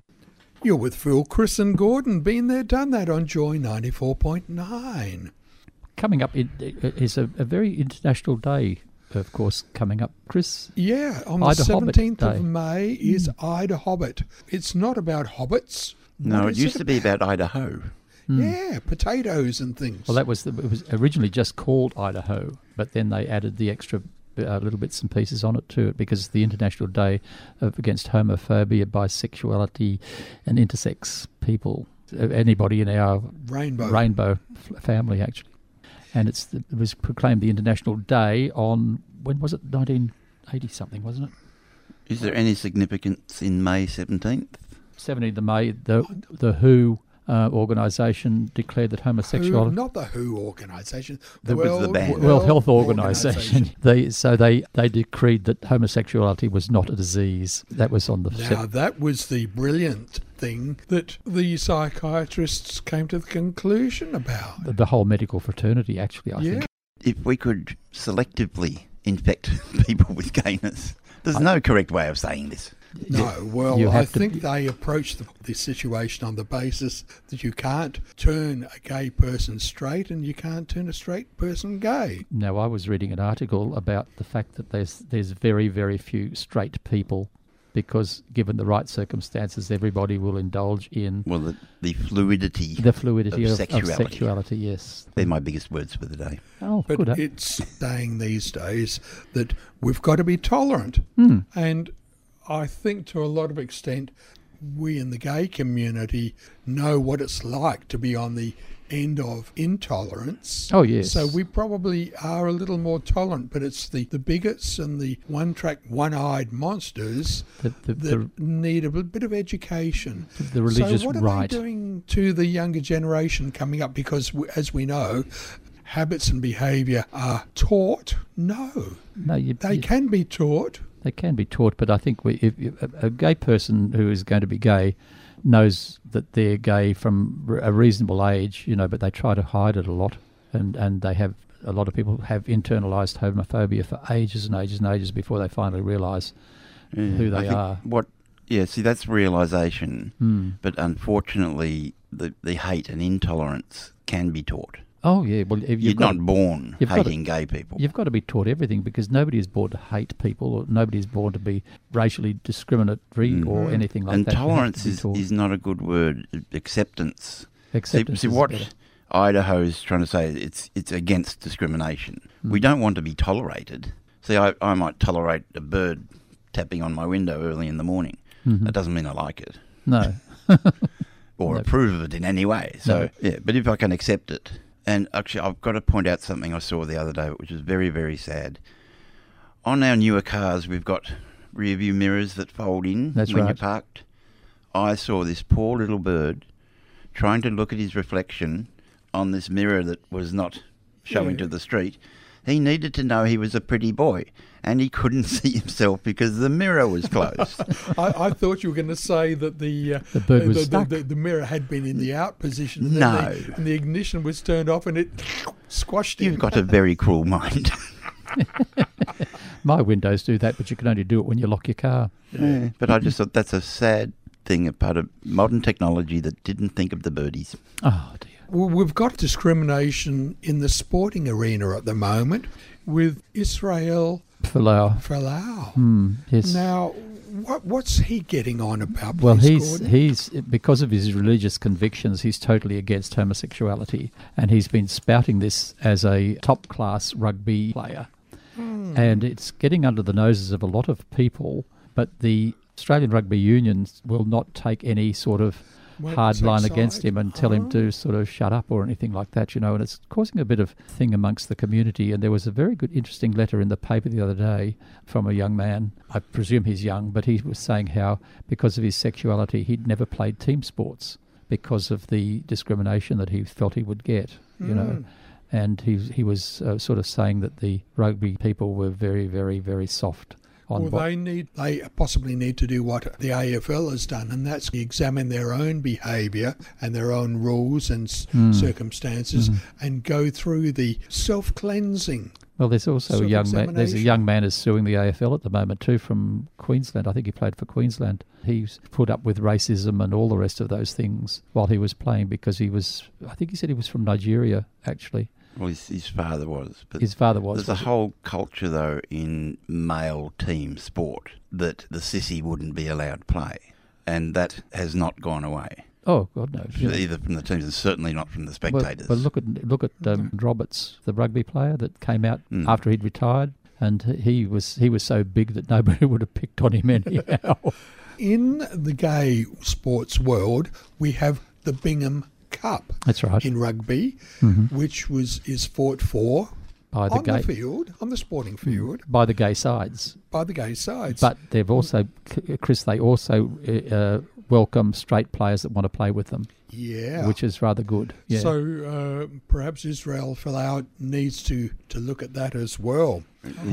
Speaker 2: You're with Phil, Chris, and Gordon. Been there, done that on Joy 94.9.
Speaker 3: uh, Coming up in, is a, a very international day of course, coming up, Chris.
Speaker 2: Yeah, on the
Speaker 3: Ida Hobbit
Speaker 2: 17th
Speaker 3: Day.
Speaker 2: of May is Ida Hobbit. It's not about hobbits.
Speaker 4: No,
Speaker 2: What
Speaker 4: it
Speaker 2: is
Speaker 4: used to be Hmm. about Idaho.
Speaker 3: hmm.
Speaker 2: Yeah, potatoes and things.
Speaker 3: Well, that was the, it was originally just called Idaho, but then they added the extra uh, little bits and pieces on it to it because the International Day of Against Homophobia, Bisexuality, and Intersex People. Uh, Anybody in our
Speaker 2: Rainbow.
Speaker 3: rainbow f- family actually, and it's the, it was proclaimed the International Day on when was it 1980 something wasn't it?
Speaker 4: Is there any significance in May 17th?
Speaker 3: 17th of May, the the WHO uh, organisation declared that
Speaker 2: Who,
Speaker 3: homosexuality.
Speaker 2: not the WHO organisation.
Speaker 4: That was the band.
Speaker 3: World Health Organisation. <laughs> They so they they decreed that homosexuality was not a disease. That was on the
Speaker 2: Now, that was the brilliant thing that the psychiatrists came to the conclusion about.
Speaker 3: the, the whole medical fraternity. Actually, I
Speaker 2: yeah.
Speaker 3: think
Speaker 4: If we could selectively infect <laughs> people with gayness, there's no correct way of saying this.
Speaker 2: No, well,
Speaker 3: You
Speaker 2: I
Speaker 3: have to-
Speaker 2: think they approach the, the situation on the basis that you can't turn a gay person straight and you can't turn a straight person gay.
Speaker 3: Now, I was reading an article about the fact that there's there's very very few straight people, because given the right circumstances, everybody will indulge in
Speaker 4: Well, the, the fluidity.
Speaker 3: the fluidity of,
Speaker 4: Of
Speaker 3: of sexuality.
Speaker 4: sexuality.
Speaker 3: Yes.
Speaker 4: They're my biggest words for the day.
Speaker 3: Oh,
Speaker 2: But
Speaker 3: good. eh?
Speaker 2: it's saying these days that we've got to be tolerant.
Speaker 3: Hmm.
Speaker 2: And I think to a lot of extent, we in the gay community know what it's like to be on the end of intolerance.
Speaker 3: Oh, yes.
Speaker 2: So we probably are a little more tolerant, but it's the, the bigots and the one track, one eyed monsters
Speaker 3: The- the-
Speaker 2: that need a bl- bit of education.
Speaker 3: The religious
Speaker 2: so what
Speaker 3: right.
Speaker 2: Are they doing to the younger generation coming up? Because, w- as we know, habits and behaviour are taught. No,
Speaker 3: no, you,
Speaker 2: they
Speaker 3: you-
Speaker 2: can be taught.
Speaker 3: They can be taught, but I think we, if, if a- a gay person who is going to be gay knows that they're gay from r- a reasonable age, you know, but they try to hide it a lot, and and they have a lot of people have internalized homophobia for ages and ages and ages before they finally realize who they
Speaker 4: I think
Speaker 3: are.
Speaker 4: What? Yeah. See, that's realization.
Speaker 3: hmm,
Speaker 4: But unfortunately, the, the hate and intolerance can be taught.
Speaker 3: Oh yeah, well if
Speaker 4: You're
Speaker 3: you've got
Speaker 4: not born
Speaker 3: you've got
Speaker 4: hating gay people.
Speaker 3: You've got to be taught everything because nobody is born to hate people, or nobody is born to be racially discriminatory or anything like
Speaker 4: Mm-hmm. and
Speaker 3: that. You have to
Speaker 4: tolerance
Speaker 3: be
Speaker 4: is,
Speaker 3: taught.
Speaker 4: is not a good word. Acceptance. See-
Speaker 3: Acceptance
Speaker 4: see,
Speaker 3: is
Speaker 4: what
Speaker 3: better.
Speaker 4: Idaho's trying to say is it's it's against discrimination. We
Speaker 3: Hmm.
Speaker 4: don't want to be tolerated. See, I, I might tolerate a bird tapping on my window early in the morning.
Speaker 3: Hmm.
Speaker 4: That doesn't mean I like it
Speaker 3: Mm-hmm. No,
Speaker 4: or approve of it in any way. So yeah, but if I can accept it, and actually I've got to point out something I saw the other day, which was very very sad. On our newer cars, we've got rear view mirrors that fold in
Speaker 3: That's
Speaker 4: when
Speaker 3: right.
Speaker 4: you're parked. I saw this poor little bird trying to look at his reflection on this mirror that was not showing to the street. He needed to know he was a pretty boy, and he couldn't <laughs> see himself because the mirror was
Speaker 3: <laughs>
Speaker 4: closed.
Speaker 2: I, I thought you were going to say that the uh,
Speaker 3: The bird was
Speaker 2: the,
Speaker 3: stuck.
Speaker 2: The, the mirror had been in the out position. And then
Speaker 4: No.
Speaker 2: the, and the ignition was turned off, and it squashed him.
Speaker 4: You've got a very cruel mind.
Speaker 3: my windows do that, but you can only do it when you lock your car.
Speaker 4: Yeah, <laughs> but I just thought that's a sad thing about a modern technology that didn't think of the birdies.
Speaker 3: Oh dear.
Speaker 2: Well, we've got discrimination in the sporting arena at the moment with Israel
Speaker 3: Falau.
Speaker 2: Folau.
Speaker 3: Mm, Yes.
Speaker 2: Now, what, what's he getting on about?
Speaker 3: well,
Speaker 2: please,
Speaker 3: he's
Speaker 2: Gordon?
Speaker 3: he's because of his religious convictions, he's totally against homosexuality, and he's been spouting this as a top class rugby player, and it's getting under the noses of a lot of people. But the Australian Rugby Union will not take any sort of
Speaker 2: Well,
Speaker 3: hard
Speaker 2: it's Oh.
Speaker 3: line against
Speaker 2: outside.
Speaker 3: him and tell him to sort of shut up or anything like that, you know. And it's causing a bit of thing amongst the community. And there was a very good, interesting letter in the paper the other day from a young man. I presume he's young, but he was saying how because of his sexuality, he'd never played team sports because of the discrimination that he felt he would get, you
Speaker 2: Mm.
Speaker 3: know. And he he was uh, sort of saying that the rugby people were very, very, very soft on
Speaker 2: Well,
Speaker 3: what
Speaker 2: they need they possibly need to do what the AFL has done, and that's examine their own behaviour and their own rules and s
Speaker 3: Hmm.
Speaker 2: circumstances, and go through the self cleansing.
Speaker 3: Well, there's also a young man. There's a
Speaker 2: Self-examination.
Speaker 3: young man is suing the AFL at the moment too from Queensland. I think he played for Queensland. He's put up with racism and all the rest of those things while he was playing because he was. I think he said he was from Nigeria actually,
Speaker 4: Well, his, his father was. But
Speaker 3: His father was.
Speaker 4: There's a whole culture, though, in male team sport that the sissy wouldn't be allowed to play. And that has not gone away,
Speaker 3: oh God no. You know,
Speaker 4: either from the teams and certainly not from the
Speaker 3: Well,
Speaker 4: spectators.
Speaker 3: But look at look at um, Roberts, the rugby player that came out
Speaker 4: Mm.
Speaker 3: after he'd retired, and he was he was so big that <laughs> nobody would have picked on him
Speaker 4: <laughs>
Speaker 3: anyhow.
Speaker 2: In the gay sports world, we have the Bingham Cup
Speaker 3: That's right. Mm-hmm.
Speaker 2: in rugby, which was is fought for
Speaker 3: By the
Speaker 2: on
Speaker 3: gay
Speaker 2: the field, on the sporting field,
Speaker 3: by the gay sides,
Speaker 2: by the gay sides.
Speaker 3: but they've also C- Chris. They also uh, uh, welcome straight players that want to play with them,
Speaker 2: yeah,
Speaker 3: which is rather good. Yeah.
Speaker 2: So uh, perhaps Israel Folau needs to, to look at that as well.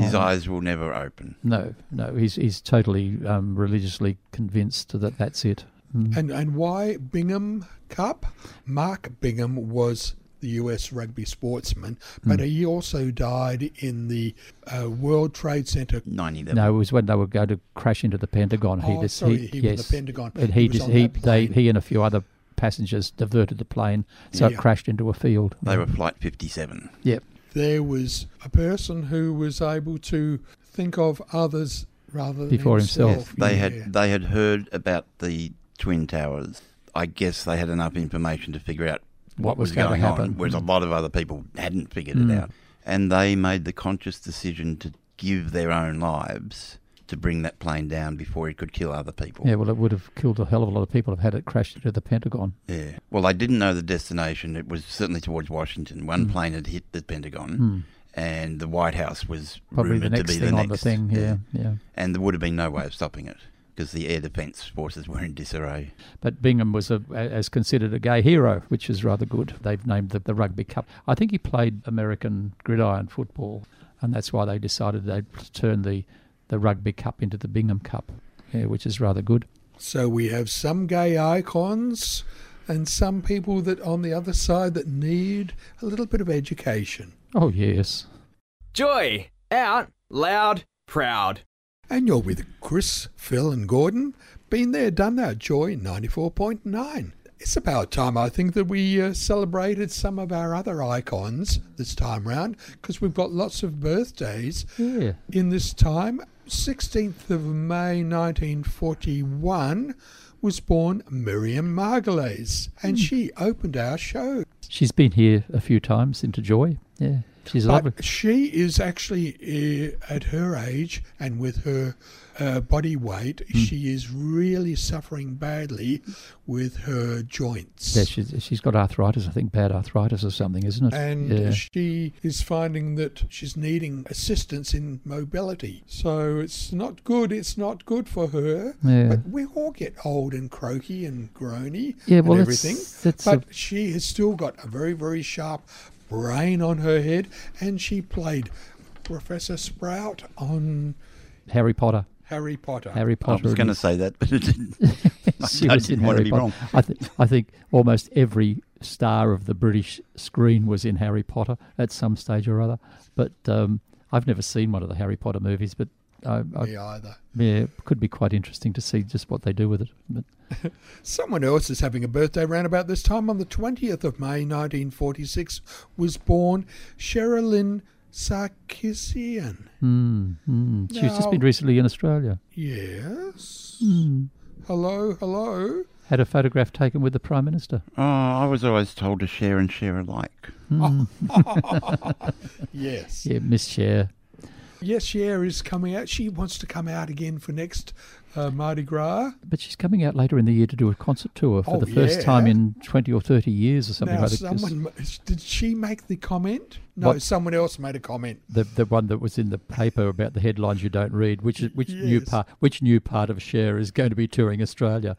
Speaker 4: His eyes will never open.
Speaker 3: no, no, he's he's totally um, religiously convinced that that's it.
Speaker 2: And and why Bingham Cup? Mark Bingham was the U.S. rugby sportsman,
Speaker 3: Hmm.
Speaker 2: but he also died in the uh, World Trade Center.
Speaker 4: 90
Speaker 3: No, it was when they were going to crash into the Pentagon.
Speaker 2: Oh,
Speaker 3: he just,
Speaker 2: sorry,
Speaker 3: he,
Speaker 2: he was
Speaker 3: yes,
Speaker 2: the Pentagon.
Speaker 3: And
Speaker 2: He
Speaker 3: he
Speaker 2: was
Speaker 3: just,
Speaker 2: on
Speaker 3: he,
Speaker 2: that
Speaker 3: they,
Speaker 2: plane.
Speaker 3: he and a few other passengers diverted the plane, so
Speaker 2: Yeah.
Speaker 3: it crashed into a field.
Speaker 4: They were Flight 57.
Speaker 3: Yep.
Speaker 2: There was a person who was able to think of others rather than
Speaker 3: Before
Speaker 2: himself.
Speaker 3: himself.
Speaker 4: They
Speaker 2: Yeah.
Speaker 4: had they had heard about the Twin Towers. I guess they had enough information to figure out
Speaker 3: What was going to
Speaker 4: going
Speaker 3: happen.
Speaker 4: on, whereas a lot of other people hadn't figured it
Speaker 3: Mm.
Speaker 4: out. And they made the conscious decision to give their own lives to bring that plane down before it could kill other people.
Speaker 3: Yeah, well, it would have killed a hell of a lot of people if had it crashed into the Pentagon.
Speaker 4: Yeah. Well, I didn't know the destination. It was certainly towards Washington. One
Speaker 3: Mm.
Speaker 4: plane had hit the Pentagon, and the White House was
Speaker 3: Hmm. Probably the
Speaker 4: rumored
Speaker 3: next
Speaker 4: to be
Speaker 3: thing
Speaker 4: the next
Speaker 3: on the thing. Yeah, yeah.
Speaker 4: And there would have been no way of stopping it because the air defense forces were in disarray.
Speaker 3: But Bingham was a, as considered a gay hero, which is rather good. They've named the, the Rugby Cup. I think he played American gridiron football, and that's why they decided they'd turn the, the Rugby Cup into the Bingham Cup, yeah, which is rather good.
Speaker 2: So we have some gay icons and some people that on the other side that need a little bit of education.
Speaker 3: Oh, yes.
Speaker 5: Joy out loud, proud.
Speaker 2: And you're with Chris, Phil, and Gordon. Been there, done that. Joy 94.9. It's about time, I think, that we uh, celebrated some of our other icons this time round because we've got lots of birthdays
Speaker 3: Yeah.
Speaker 2: in this time. 16th of May 1941 was born Miriam Margulies, and she opened our show.
Speaker 3: She's been here a few times into Joy. Yeah, she's lovely.
Speaker 2: But she is actually uh, at her age and with her uh, body weight, she is really suffering badly with her joints.
Speaker 3: Yeah, she's, she's got arthritis, I think, bad arthritis or something, isn't it?
Speaker 2: and
Speaker 3: yeah.
Speaker 2: she is finding that she's needing assistance in mobility. So it's not good. It's not good for her.
Speaker 3: Yeah.
Speaker 2: But we all get old and croaky and groany
Speaker 3: Yeah, well,
Speaker 2: and
Speaker 3: that's-
Speaker 2: everything.
Speaker 3: that's a-
Speaker 2: but she has still got a very, very sharp brain on her head, and she played Professor Sprout on
Speaker 3: Harry Potter.
Speaker 2: Harry Potter.
Speaker 3: Harry Potter.
Speaker 4: I was going to
Speaker 3: and-
Speaker 4: say that, but it didn't.
Speaker 3: <laughs>
Speaker 4: I
Speaker 3: she
Speaker 4: I
Speaker 3: was in
Speaker 4: didn't want
Speaker 3: Harry
Speaker 4: to be
Speaker 3: Potter.
Speaker 4: wrong.
Speaker 3: I, th- I think almost every star of the British screen was in Harry Potter at some stage or other. But um, I've never seen one of the Harry Potter movies, but I, I,
Speaker 2: Me either.
Speaker 3: yeah, it could be quite interesting to see just what they do with it. But
Speaker 2: Someone else is having a birthday round about this time. On the 20th of May 1946 was born Sherilyn Sarkisian.
Speaker 3: mm, she's just been
Speaker 2: Now-
Speaker 3: recently in Australia.
Speaker 2: Yes. Hello, hello.
Speaker 3: Had a photograph taken with the Prime Minister.
Speaker 4: Oh, I was always told to share and share alike.
Speaker 2: Yes.
Speaker 3: Yeah, Miss Cher.
Speaker 2: Yes, Cher is coming out. She wants to come out again for next uh, Mardi Gras.
Speaker 3: But she's coming out later in the year to do a concert tour for
Speaker 2: Oh,
Speaker 3: the first
Speaker 2: yeah.
Speaker 3: time in 20 or 30 years or something
Speaker 2: now,
Speaker 3: like that. 'cause
Speaker 2: someone ma- did she make the comment? No,
Speaker 3: What?
Speaker 2: someone else made a comment.
Speaker 3: The, the one that was in the paper about the headlines you don't read, which is- which new
Speaker 2: Yes.
Speaker 3: part which new part of Cher is going to be touring Australia.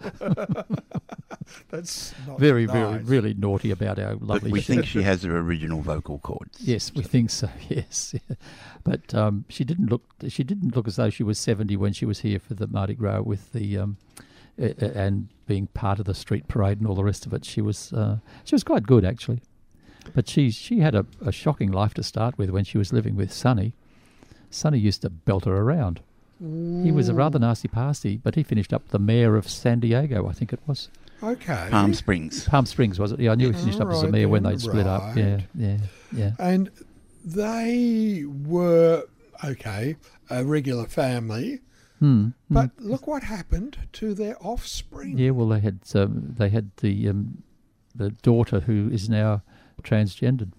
Speaker 2: That's not
Speaker 3: Very, very,
Speaker 2: Oh, nice.
Speaker 3: really naughty about our
Speaker 4: But
Speaker 3: lovely.
Speaker 4: we
Speaker 3: Cher.
Speaker 4: think she has her original vocal cords.
Speaker 3: yes, we think so. <laughs> Yes, but um, she didn't look she didn't look as though she was seventy when she was here for the Mardi Gras with the um, a- a- and being part of the street parade and all the rest of it. She was uh, she was quite good actually, but she she had a, a shocking life to start with when she was living with Sonny. Sonny used to belt her around. He was a rather nasty pasty, but he finished up the mayor of San Diego, I think it was.
Speaker 2: Okay.
Speaker 4: Palm Springs.
Speaker 3: Palm Springs, was it? Yeah, I knew he finished up as the
Speaker 2: Alright
Speaker 3: mayor when
Speaker 2: then,
Speaker 3: they split up. Yeah,
Speaker 2: right.
Speaker 3: yeah. Yeah.
Speaker 2: And they were, okay, a regular family. But look what happened to their offspring.
Speaker 3: Hmm, Yeah, well, they had um, they had the um, the daughter who is now transgendered.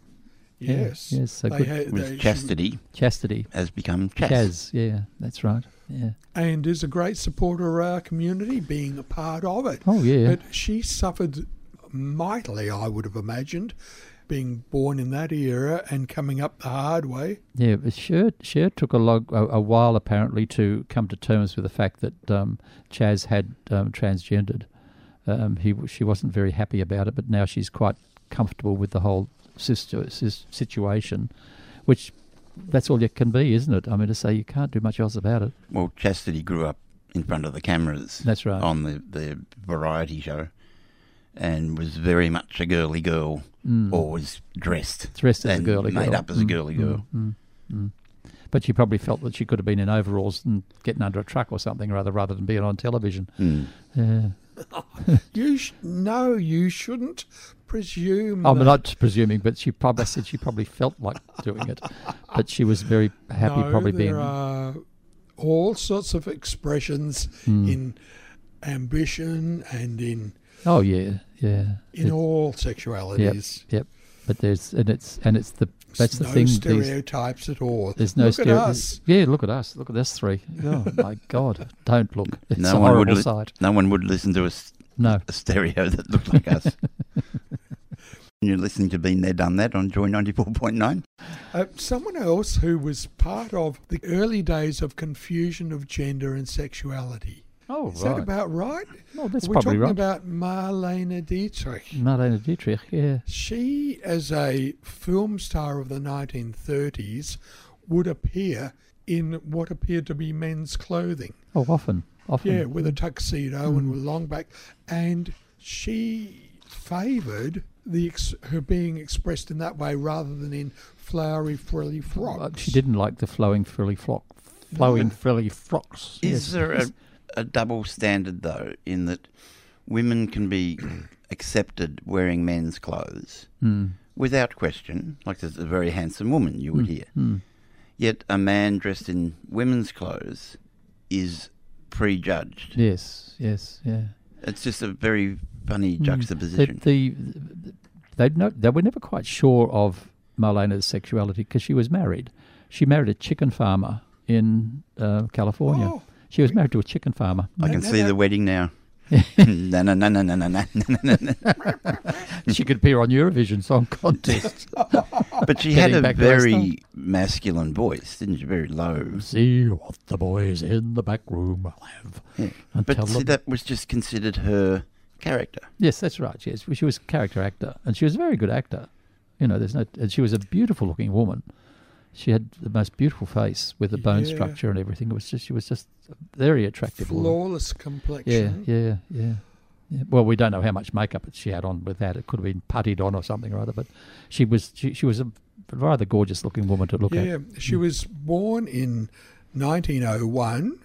Speaker 3: yeah,
Speaker 2: yes.
Speaker 3: yes, so
Speaker 2: they
Speaker 3: good.
Speaker 2: had,
Speaker 4: With
Speaker 2: they-
Speaker 4: chastity
Speaker 3: Chastity.
Speaker 4: has become chas.
Speaker 3: Chaz. Yeah, that's right. Yeah.
Speaker 2: and is a great supporter of our community, being a part of it.
Speaker 3: Oh, yeah.
Speaker 2: But she suffered mightily, I would have imagined, being born in that era and coming up the hard way.
Speaker 3: Yeah, but Cher, Cher took a, log, a, a while apparently to come to terms with the fact that um, Chaz had um, transgendered. Um, he w- she wasn't very happy about it, but now she's quite comfortable with the whole sister, sis, situation, which that's all it can be, isn't it? I mean, to say you can't do much else about it.
Speaker 4: Well, Chastity grew up in front of the cameras.
Speaker 3: That's right.
Speaker 4: On the, the variety show and was very much a girly girl,
Speaker 3: Mm.
Speaker 4: always dressed.
Speaker 3: Dressed as a
Speaker 4: and
Speaker 3: girly
Speaker 4: made
Speaker 3: girl.
Speaker 4: up as a
Speaker 3: Mm,
Speaker 4: girly girl.
Speaker 3: But she probably felt that she could have been in overalls and getting under a truck or something rather rather than being on television.
Speaker 4: Mm.
Speaker 3: Yeah.
Speaker 2: You sh- no, you shouldn't presume.
Speaker 3: I'm
Speaker 2: that-
Speaker 3: not presuming, Oh, but she probably I said she probably felt like doing it, but she was very happy,
Speaker 2: no,
Speaker 3: probably
Speaker 2: there
Speaker 3: being.
Speaker 2: are all sorts of expressions
Speaker 3: Hmm.
Speaker 2: in ambition and in
Speaker 3: Oh yeah, yeah,
Speaker 2: in
Speaker 3: It-
Speaker 2: all
Speaker 3: yep,
Speaker 2: sexualities.
Speaker 3: yep. But there's and it's and it's the that's the
Speaker 2: no
Speaker 3: thing. These,
Speaker 2: stereotypes at all.
Speaker 3: there's no
Speaker 2: Look
Speaker 3: stereo-
Speaker 2: At us.
Speaker 3: Yeah, look at us. Look at us three. Oh
Speaker 2: <laughs>
Speaker 3: my God! Don't look. It's
Speaker 4: No
Speaker 3: a
Speaker 4: one would
Speaker 3: horrible
Speaker 4: li-
Speaker 3: sight.
Speaker 4: No one would listen to a, s-
Speaker 3: No.
Speaker 4: a stereo that looked
Speaker 3: <laughs>
Speaker 4: like us. You're listening to Been There, Done That on Joy 94.9.
Speaker 2: Uh, someone else who was part of the early days of confusion of gender and sexuality.
Speaker 3: Oh
Speaker 2: Is
Speaker 3: right.
Speaker 2: that about right?
Speaker 3: No, that's
Speaker 2: We're
Speaker 3: probably
Speaker 2: talking
Speaker 3: right.
Speaker 2: about Marlene Dietrich.
Speaker 3: Marlene Dietrich. Yeah.
Speaker 2: She, as a film star of the 1930s, would appear in what appeared to be men's clothing.
Speaker 3: Oh, often, often.
Speaker 2: Yeah, with a tuxedo
Speaker 3: Hmm.
Speaker 2: and with long back. And she favoured the ex- her being expressed in that way rather than in flowery, frilly
Speaker 3: Uh,
Speaker 2: frocks.
Speaker 3: She didn't like the flowing frilly flock, flowing frilly frocks.
Speaker 4: Is there a, a double standard, though, in that women can be <coughs> accepted wearing men's clothes
Speaker 3: Hmm.
Speaker 4: without question? Like, there's a very handsome woman you
Speaker 3: Hmm.
Speaker 4: would hear. Yet a man dressed in women's clothes is prejudged.
Speaker 3: Yes, yes, yeah.
Speaker 4: It's just a very funny
Speaker 3: Hmm. The,
Speaker 4: juxtaposition.
Speaker 3: the they no, they were never quite sure of Marlena's sexuality because she was married. She married a chicken farmer in uh, California.
Speaker 2: Oh.
Speaker 3: she was married to a chicken farmer.
Speaker 4: I can
Speaker 2: no,
Speaker 4: see
Speaker 2: no.
Speaker 4: the wedding
Speaker 3: <laughs>
Speaker 4: now. <laughs> no, no, no, no, no, no, no, no, no, no.
Speaker 3: she could appear on Eurovision <laughs> Song Contest.
Speaker 4: But she had
Speaker 3: Getting
Speaker 4: a
Speaker 3: back to our
Speaker 4: very masculine voice, didn't she? Very low.
Speaker 3: See what the boys in the back room will have. and tell
Speaker 4: But see,
Speaker 3: them-
Speaker 4: that was just considered her character.
Speaker 3: Yes, that's right. Yes, she was a character actor, and she was a very good actor. You know, there's no. And she was a beautiful looking woman. She had the most beautiful face with the bone
Speaker 2: Yeah.
Speaker 3: structure and everything. It was just she was just a very attractive. woman.
Speaker 2: Flawless
Speaker 3: Yeah,
Speaker 2: complexion.
Speaker 3: yeah, yeah, yeah. Well, we don't know how much makeup she had on with that. It could have been puttied on or something or other. But she was she, she was a rather gorgeous looking woman to look
Speaker 2: Yeah,
Speaker 3: at.
Speaker 2: she was born in 1901,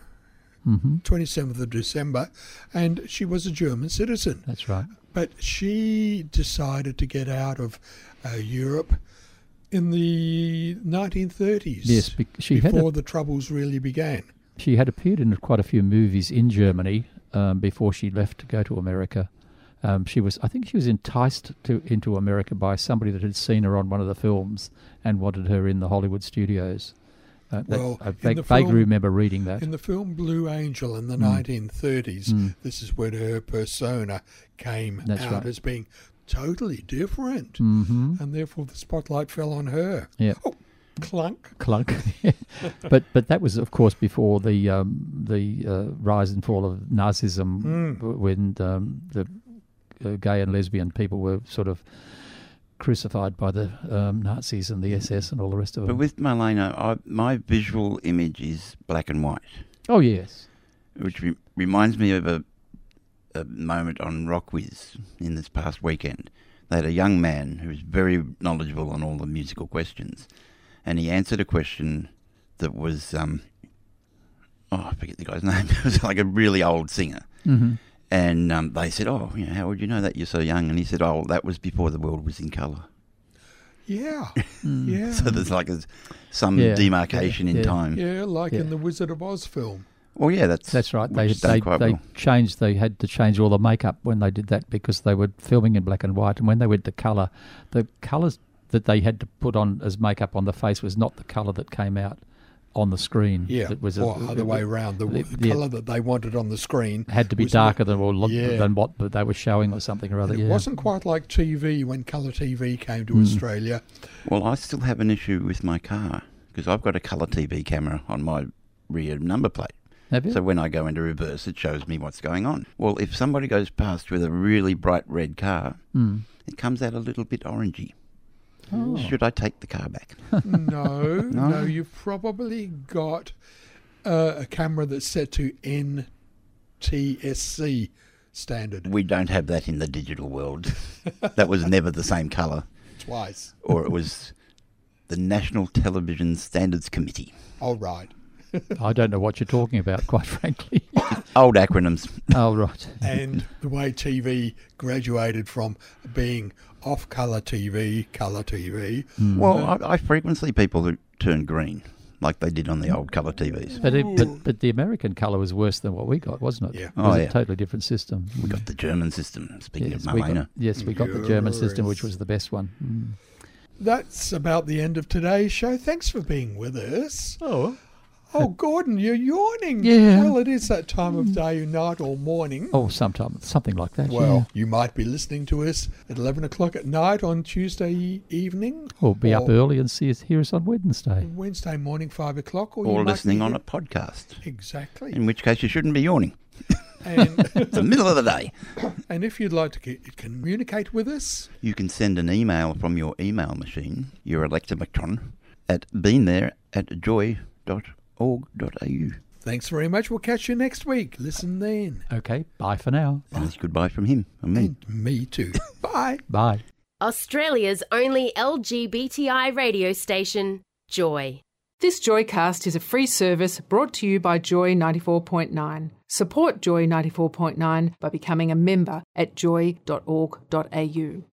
Speaker 3: Mm-hmm.
Speaker 2: 27th of December, and she was a German citizen.
Speaker 3: That's right.
Speaker 2: But she decided to get out of uh, Europe in the 1930s.
Speaker 3: Yes, bec- she had a-
Speaker 2: before the troubles really began.
Speaker 3: She had appeared in quite a few movies in Germany um, before she left to go to America. Um, she was, I think, she was enticed to into America by somebody that had seen her on one of the films and wanted her in the Hollywood studios. Uh, that-
Speaker 2: Well,
Speaker 3: I
Speaker 2: in
Speaker 3: vague,
Speaker 2: the
Speaker 3: vaguely
Speaker 2: film-
Speaker 3: remember reading that.
Speaker 2: In the film Blue Angel
Speaker 3: Mm.
Speaker 2: in the 1930s, this is when her persona came
Speaker 3: That's
Speaker 2: out
Speaker 3: right. Mm.
Speaker 2: as being totally different,
Speaker 3: Mm-hmm.
Speaker 2: and therefore the spotlight fell on her.
Speaker 3: Yeah.
Speaker 2: Oh, clunk.
Speaker 3: clunk. <laughs> but but that was of course before the um, the uh, rise and fall of Nazism,
Speaker 2: Mm.
Speaker 3: w- when um, the uh, gay and lesbian people were sort of crucified by the um, Nazis and the SS and all the rest of
Speaker 4: But
Speaker 3: them.
Speaker 4: with Marlena, I, my visual image is black and white,
Speaker 3: oh yes,
Speaker 4: which re- reminds me of a, a moment on Rock Whiz in this past weekend. They had a young man who was very knowledgeable on all the musical questions, and he answered a question that was, um, oh, I forget the guy's <laughs> name. it was like a really old singer.
Speaker 3: Mm-hmm.
Speaker 4: And um, they said, "Oh, you know, how would you know that? You're so young." And he said, "Oh, that was before the world was in colour."
Speaker 3: <laughs>
Speaker 2: Yeah.
Speaker 3: Mm.
Speaker 2: Yeah.
Speaker 4: <laughs> So there's like a, some
Speaker 3: Yeah,
Speaker 4: demarcation in
Speaker 3: yeah.
Speaker 4: time.
Speaker 2: yeah, like
Speaker 3: Yeah.
Speaker 2: in the Wizard of Oz film.
Speaker 4: Well, yeah, that's
Speaker 3: That's right. They
Speaker 4: which is done
Speaker 3: they,
Speaker 4: quite
Speaker 3: they
Speaker 4: well.
Speaker 3: changed. They had to change all the makeup when they did that because they were filming in black and white. And when they went to color, the colors that they had to put on as makeup on the face was not the color that came out on the screen.
Speaker 2: Yeah.
Speaker 3: it was a-
Speaker 2: or other way around. The,
Speaker 3: it- yeah.
Speaker 2: colour that they wanted on the screen
Speaker 3: Had to be
Speaker 2: was not-
Speaker 3: darker than or lo-
Speaker 2: Yeah.
Speaker 3: than what they were showing or something or other.
Speaker 2: It
Speaker 3: yeah. Hmm.
Speaker 2: wasn't quite like TV when colour TV came to
Speaker 3: <laughs>
Speaker 2: Australia.
Speaker 4: Well, I still have an issue with my car because I've got a colour TV camera on my rear number plate.
Speaker 3: Have you?
Speaker 4: So when I go into reverse, it shows me what's going on. Well, if somebody goes past with a really bright red car,
Speaker 3: Hmm.
Speaker 4: it comes out a little bit orangey.
Speaker 3: Oh.
Speaker 4: Should I take the car back?
Speaker 2: No, no, you've probably got uh, a camera that's set to NTSC standard
Speaker 4: we don't have that in the digital world. <laughs> that was never the same colour,
Speaker 2: twice.
Speaker 4: or it was the National Television Standards Committee.
Speaker 2: All
Speaker 3: <laughs>
Speaker 2: right.
Speaker 3: I don't know what you're talking about, <laughs> quite frankly.
Speaker 4: Old acronyms.
Speaker 3: oh right.
Speaker 2: And the way TV graduated from being off colour TV, colour TV.
Speaker 3: Hmm.
Speaker 4: Well, I, I frequently see people who turn green, like they did on the old colour TVs.
Speaker 3: But, it, but but the American colour was worse than what we got, wasn't it?
Speaker 2: Yeah.
Speaker 3: it was
Speaker 4: Oh,
Speaker 3: a
Speaker 4: yeah.
Speaker 3: totally different system. Mm.
Speaker 4: We got the German system. Speaking
Speaker 3: Yes,
Speaker 4: of
Speaker 3: we got,
Speaker 4: Marlena,
Speaker 3: yes, we got the German system, which
Speaker 2: Yes.
Speaker 3: was the best one. Mm.
Speaker 2: That's about the end of today's show. Thanks for being with
Speaker 3: <laughs>
Speaker 2: us. Oh. Oh, Gordon, you're yawning.
Speaker 3: Yeah.
Speaker 2: Well, it is that time of day, night, or morning.
Speaker 3: Oh, sometime something like that. yeah.
Speaker 2: Well, you might be listening to us at 11 o'clock at night on Tuesday e- evening.
Speaker 3: Or be up
Speaker 2: or
Speaker 3: early and see us here us on Wednesday.
Speaker 2: Wednesday morning, 5 o'clock. Or, you
Speaker 4: or
Speaker 2: might
Speaker 4: listening
Speaker 2: be-
Speaker 4: on a podcast.
Speaker 2: Exactly.
Speaker 4: In which case, you shouldn't be yawning. <laughs>
Speaker 2: and,
Speaker 4: It's the middle of the day.
Speaker 2: and if you'd like to get, communicate with us,
Speaker 4: You can send an email from your email machine, your electromectron, at beenthere at joy.org.au.
Speaker 2: thanks very much. We'll catch you next week. Listen then.
Speaker 3: Okay, bye for now.
Speaker 4: And it's goodbye from him and me.
Speaker 2: And me
Speaker 4: <laughs>
Speaker 2: too. Bye.
Speaker 3: Bye.
Speaker 7: Australia's only LGBTI radio station, Joy.
Speaker 8: This Joycast is a free service brought to you by Joy 94.9. Support Joy 94.9 by becoming a member at joy.org.au.